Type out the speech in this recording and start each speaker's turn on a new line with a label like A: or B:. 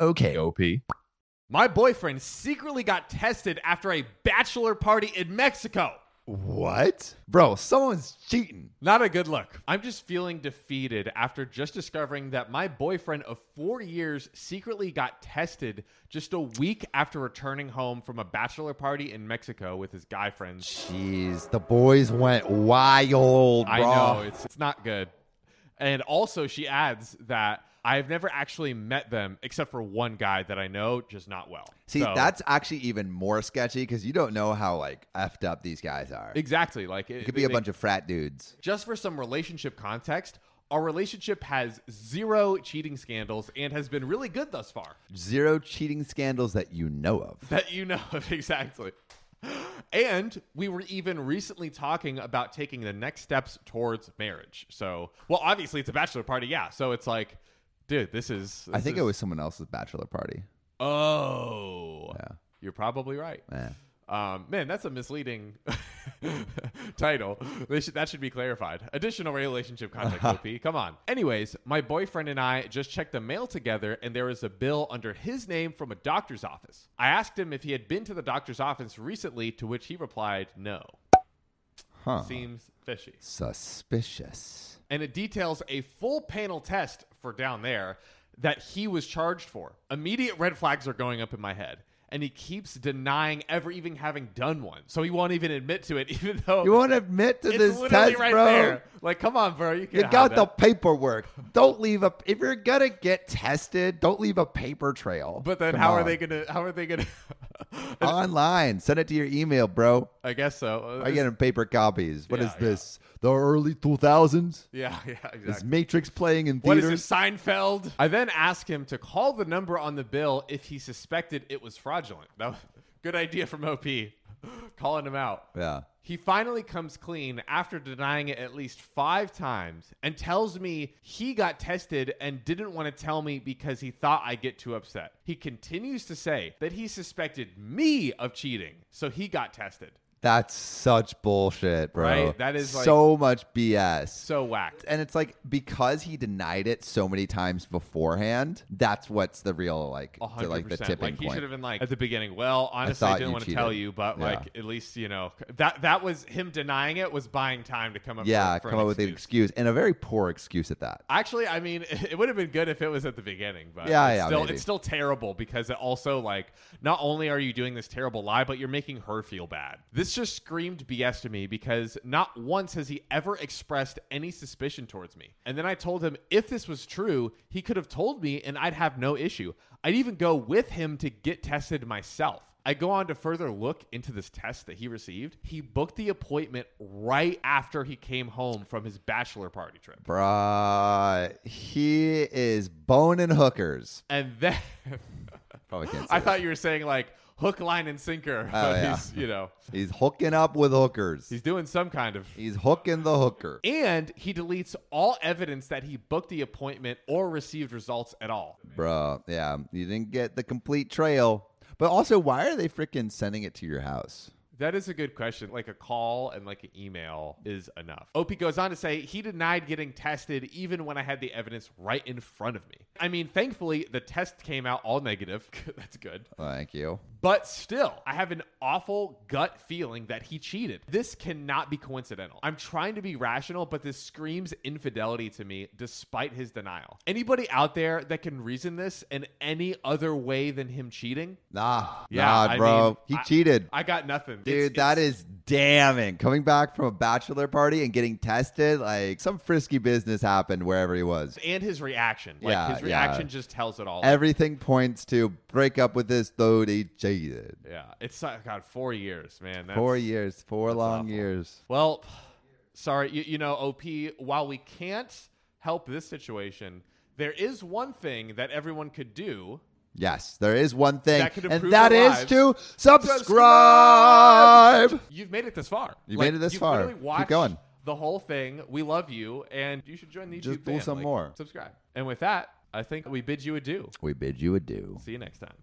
A: Okay.
B: OP.
C: My boyfriend secretly got tested after a bachelor party in Mexico.
A: What? Bro, someone's cheating.
C: Not a good look. I'm just feeling defeated after just discovering that my boyfriend of four years secretly got tested just a week after returning home from a bachelor party in Mexico with his guy friends.
A: Jeez, the boys went wild, bro.
C: I know it's it's not good. And also, she adds that I've never actually met them except for one guy that I know, just not well.
A: See,
C: So-
A: that's actually even more sketchy because you don't know how like effed up these guys are. It
C: exactly like it,
A: could be a bunch of frat dudes.
C: Just for some relationship context, our relationship has zero cheating scandals and has been really good thus far.
A: Zero cheating scandals that you know of.
C: That you know of, exactly. And we were even recently talking about taking the next steps towards marriage. So, well, obviously it's a bachelor party, yeah. So it's like, dude, this is.
A: I think
C: this
A: it
C: is-
A: was someone else's bachelor party.
C: Oh,
A: Yeah.
C: you're probably right.
A: Yeah.
C: Um, man, that's a misleading title. They should, that should be clarified. Additional relationship context, OP. Come on. Anyways, my boyfriend and I just checked the mail together, and there was a bill under his name from a doctor's office. I asked him if he had been to the doctor's office recently, to which he replied, "No."
A: Huh.
C: Seems fishy.
A: Suspicious.
C: And it details a full panel test for down there that he was charged for. Immediate red flags are going up in my head. And he keeps denying ever even having done one. So he won't even admit to it, even though
A: You won't admit to
C: it's
A: this
C: literally
A: test,
C: right
A: bro.
C: there. Like, come on, bro. You,
A: You
C: can't
A: got
C: hide
A: the
C: that.
A: paperwork. Don't leave a. If you're gonna get tested, don't leave a paper trail.
C: But then,
A: Come
C: how are
A: on.
C: they gonna? How are they gonna?
A: Online, send it to your email, bro.
C: I guess so.
A: I get them paper copies. What
C: Yeah,
A: is
C: yeah.
A: this? The early 2000s?
C: Yeah, yeah, exactly.
A: Is Matrix playing in
C: What is
A: theaters?
C: it, Seinfeld? I then asked him to call the number on the bill if he suspected it was fraudulent. That was good idea from OP, calling him out.
A: Yeah.
C: He finally comes clean after denying it at least five times and tells me he got tested and didn't want to tell me because he thought I'd get too upset. He continues to say that he suspected me of cheating, so he got tested.
A: That's such bullshit, bro.
C: Right? That is, like-
A: so much BS.
C: So whacked.
A: And it's like because he denied it so many times beforehand, that's what's the real like
C: A
A: to
C: hundred
A: like the
C: percent.
A: tipping
C: Like he
A: point.
C: should have been like at the beginning. Well, honestly, I,
A: thought
C: didn't
A: you
C: want to tell
A: cheated."
C: you, but
A: Yeah.
C: like at least you know that that was him denying it was buying time to come up.
A: yeah,
C: for, for
A: come
C: an
A: up with an excuse
C: excuse.
A: and a very poor excuse at that.
C: Actually, I mean, it would have been good if it was at the beginning, but
A: Yeah,
C: it's
A: yeah,
C: still
A: maybe.
C: it's still terrible because it also like not only are you doing this terrible lie, but you're making her feel bad. This just screamed BS to me because not once has he ever expressed any suspicion towards me. And then I told him if this was true, he could have told me and I'd have no issue. I'd even go with him to get tested myself. I go on to further look into this test that he received. He booked the appointment right after he came home from his bachelor party trip.
A: Bruh, he is boning hookers.
C: and then
A: Probably can't say
C: I
A: that.
C: thought you were saying like hook, line, and sinker. but
A: yeah.
C: he's, you know,
A: He's hooking up with hookers.
C: he's doing some kind of.
A: He's hooking the hooker.
C: And he deletes all evidence that he booked the appointment or received results at all.
A: Bro, yeah, you didn't get the complete trail. But also, why are they freaking sending it to your house?
C: That is a good question. Like a call and like an email is enough. Opie goes on to say he denied getting tested even when I had the evidence right in front of me. I mean, thankfully, the test came out all negative. That's good.
A: Thank you.
C: But still, I have an awful gut feeling that he cheated. This cannot be coincidental. I'm trying to be rational, but this screams infidelity to me despite his denial. Anybody out there that can reason this in any other way than him cheating?
A: Nah,
C: Yeah,
A: nah,
C: I
A: bro.
C: mean,
A: he
C: I-
A: cheated.
C: I got nothing.
A: Dude, that is damning. Coming back from a bachelor party and getting tested, like some frisky business happened wherever he was.
C: And his reaction. Like,
A: Yeah,
C: his
A: yeah.
C: reaction just tells it all.
A: Everything points to break up with this dude. He cheated.
C: yeah. It's, uh, God, four years, man. That's,
A: Four years, four long
C: awful.
A: years.
C: Well, sorry, you, you know, OP, while we can't help this situation, there is one thing that everyone could do.
A: Yes, there is one thing,
C: That could
A: and
C: improve
A: that
C: our
A: is to
C: lives.
A: subscribe.
C: You've made it this far.
A: You made it this
C: you've
A: far.
C: literally
A: Keep
C: watched
A: going.
C: The whole thing. We love you, and you should join the YouTube.
A: Just do
C: band.
A: some
C: Like,
A: more.
C: Subscribe. And with that, I think we bid you adieu.
A: We bid you adieu.
C: See you next time.